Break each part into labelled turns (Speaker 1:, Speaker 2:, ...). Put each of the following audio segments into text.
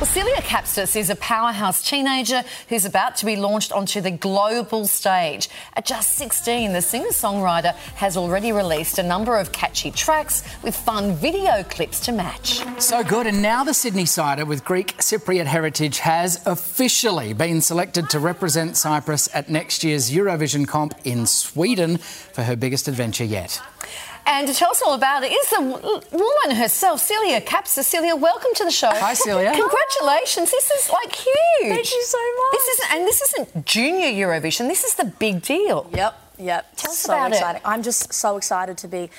Speaker 1: Well, Celia Capstus is a powerhouse teenager who's about to be launched onto the global stage. At just 16, the singer songwriter has already released a number of catchy tracks with fun video clips to match.
Speaker 2: So good. And now the Sydney Cider with Greek Cypriot heritage has officially been selected to represent Cyprus at next year's Eurovision comp in Sweden for her biggest adventure yet.
Speaker 1: And to tell us all about it is the w- woman herself, Celia Capstus. Celia, welcome to the show.
Speaker 2: Hi, Celia.
Speaker 1: Congratulations. This is like huge.
Speaker 3: Thank you so much.
Speaker 1: This is and this isn't junior Eurovision. This is the big deal.
Speaker 3: Yep, yep.
Speaker 1: Tell us
Speaker 3: so
Speaker 1: about it.
Speaker 3: exciting. I'm just so excited to be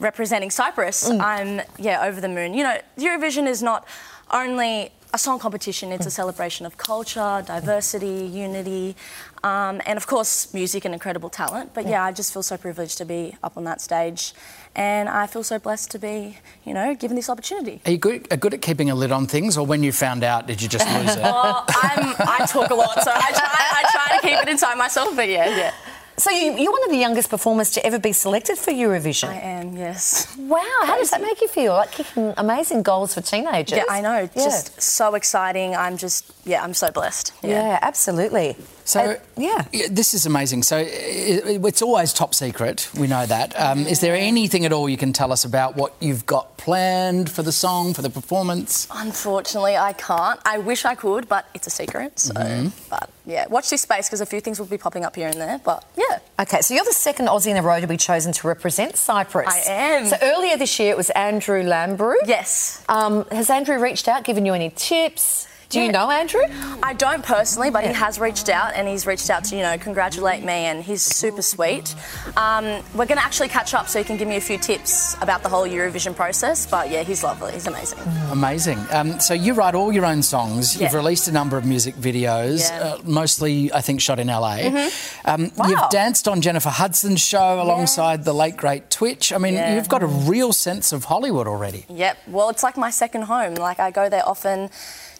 Speaker 3: representing Cyprus.
Speaker 1: Mm.
Speaker 3: I'm yeah, over the moon. You know, Eurovision is not only a song competition,
Speaker 1: Mm.
Speaker 3: it's a celebration of culture, diversity, unity, um, and of course, music and incredible talent. But yeah, I just feel so privileged to be up on that stage, and I feel so blessed to be, you know, given this opportunity.
Speaker 2: Are you good, are good at keeping a lid on things, or when you found out, did you just lose it?
Speaker 3: Well, I'm, I talk a lot, so I try, I try to keep it inside myself, but yeah, yeah.
Speaker 1: So you, you're one of the youngest performers to ever be selected for Eurovision.
Speaker 3: I am, yes.
Speaker 1: Wow, how does that make you feel? Like kicking amazing goals for teenagers.
Speaker 3: Yeah, I know.
Speaker 1: Yeah.
Speaker 3: Just so exciting. I'm just, yeah, I'm so blessed.
Speaker 1: yeah, absolutely.
Speaker 2: So
Speaker 1: Uh, yeah.
Speaker 2: this is amazing. So i i it's always top secret. We know that. Um, is there anything at all you can tell us about what you've got planned for the song, for the performance?
Speaker 3: Unfortunately, I can't. I wish I could, but it's a secret. So,
Speaker 1: Mm-hmm.
Speaker 3: but yeah, watch this space because a few things will be popping up here and there. But yeah,
Speaker 1: Okay, so you're the second Aussie in a row to be chosen to represent Cyprus.
Speaker 3: I am.
Speaker 1: So earlier this year it was Andrew Lambrew.
Speaker 3: yes.
Speaker 1: Um, has Andrew reached out, given you any tips? Do you
Speaker 3: Yeah.
Speaker 1: know Andrew?
Speaker 3: I don't personally, but he has reached out and he's reached out to, you know, congratulate me and he's super sweet. Um, we're going to actually catch up so he can give me a few tips about the whole Eurovision process. But yeah, he's lovely. He's amazing.
Speaker 2: Amazing. Um, so you write all your own songs. You've
Speaker 3: Yeah.
Speaker 2: released a number of music videos,
Speaker 3: Yeah.
Speaker 2: uh, mostly I think shot in LA. Um,
Speaker 1: Wow.
Speaker 2: You've danced on Jennifer Hudson's show alongside the late great Twitch. I mean,
Speaker 3: Yeah.
Speaker 2: you've got a real sense of Hollywood already.
Speaker 3: Yep. Well, it's like my second home. Like I go there often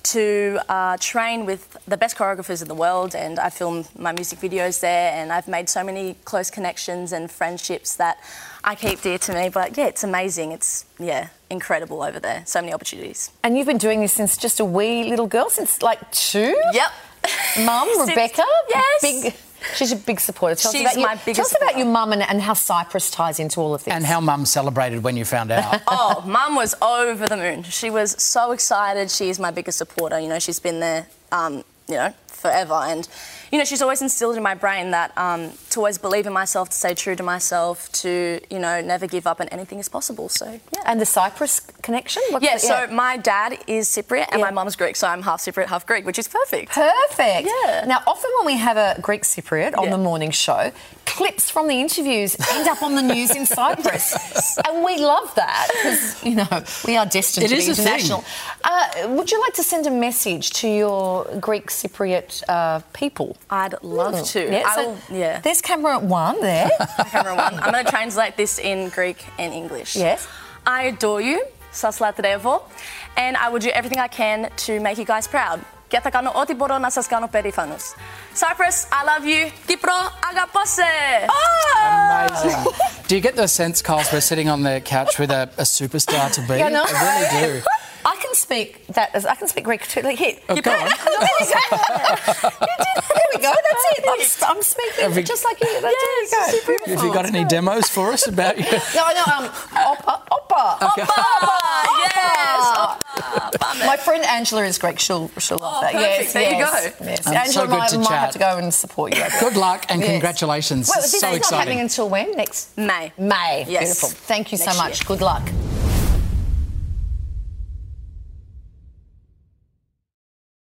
Speaker 3: to uh, train with the best choreographers in the world, and I film my music videos there. And I've made so many close connections and friendships that I keep dear to me. But yeah, it's amazing. It's yeah, incredible over there. So many opportunities.
Speaker 1: And you've been doing this since just a wee little girl, since like two.
Speaker 3: Yep.
Speaker 1: Mum
Speaker 3: Since-
Speaker 1: Rebecca.
Speaker 3: Yes.
Speaker 1: Big. She's a big supporter. Tell
Speaker 3: She's
Speaker 1: us about
Speaker 3: my
Speaker 1: you. Tell
Speaker 3: biggest
Speaker 1: us about
Speaker 3: supporter.
Speaker 1: your mum and, and how Cyprus ties into all of this.
Speaker 2: And how Mum celebrated when you found out.
Speaker 3: oh, mum was over the moon. She was so excited. She is my biggest supporter. You know, she's been there, um, you know, forever. And, you know, she's always instilled in my brain that um, to always believe in myself, to stay true to myself, to, you know, never give up and anything is possible. So, yeah.
Speaker 1: And the Cyprus connection? What's
Speaker 3: yeah,
Speaker 1: the-
Speaker 3: so my dad is Cypriot and
Speaker 1: Yeah.
Speaker 3: my mum's Greek, so I'm half Cypriot, half Greek, which is perfect.
Speaker 1: Perfect.
Speaker 3: Yeah.
Speaker 1: Now, often when we have a Greek Cypriot on
Speaker 3: Yeah.
Speaker 1: the morning show, clips from the interviews end up on the news in Cyprus, and we love that because you know we are destined
Speaker 2: It
Speaker 1: to
Speaker 2: is
Speaker 1: be
Speaker 2: a thing.
Speaker 1: international. Uh, would you like to send a message to your Greek Cypriot uh, people?
Speaker 3: I'd love to.
Speaker 1: Oh. Yeah,
Speaker 3: I
Speaker 1: so
Speaker 3: will- yeah.
Speaker 1: There's camera one there.
Speaker 3: camera one. I'm going to translate this in Greek and English.
Speaker 1: Yes.
Speaker 3: I adore you, σας λατρεύω, and I will do everything I can to make you guys proud. Και θα κάνω ό,τι μπορώ να σας κάνω περήφανος. Cyprus, I love you. Κύπρο, αγαπώ σε.
Speaker 1: Oh! Ah!
Speaker 2: Amazing. do you get the sense, Carls, we're sitting on the couch with a, a superstar to be?
Speaker 1: Yeah, no,
Speaker 2: I really do.
Speaker 1: I can speak that. as- I can speak Greek too. Like here.
Speaker 2: Oh, go on.
Speaker 1: There we go. That's it. I'm, I'm speaking
Speaker 2: Every-
Speaker 1: just like you. That's
Speaker 3: Yes,
Speaker 1: there we go.
Speaker 3: super
Speaker 2: Have you got any demos for us about you?
Speaker 1: No, no, um, oppa, oppa.
Speaker 2: Okay.
Speaker 1: Oppa, oppa.
Speaker 3: Yes,
Speaker 1: My friend Angela is Greek. She'll, she'll love
Speaker 3: Oh,
Speaker 1: that.
Speaker 3: perfect.
Speaker 1: Yes,
Speaker 3: There you
Speaker 1: yes,
Speaker 3: go.
Speaker 1: Yes.
Speaker 2: Um,
Speaker 1: Angela
Speaker 2: so good
Speaker 1: might,
Speaker 2: to
Speaker 1: might have
Speaker 2: chat.
Speaker 1: to go and support you. over there.
Speaker 2: Good luck and
Speaker 1: Yes.
Speaker 2: congratulations.
Speaker 1: Wait,
Speaker 2: This is
Speaker 1: this
Speaker 2: so
Speaker 1: is not
Speaker 2: exciting.
Speaker 1: happening until when? Next
Speaker 3: May.
Speaker 1: May.
Speaker 3: Yes.
Speaker 1: Beautiful. Thank you so
Speaker 3: Next
Speaker 1: much.
Speaker 3: year.
Speaker 1: Good luck.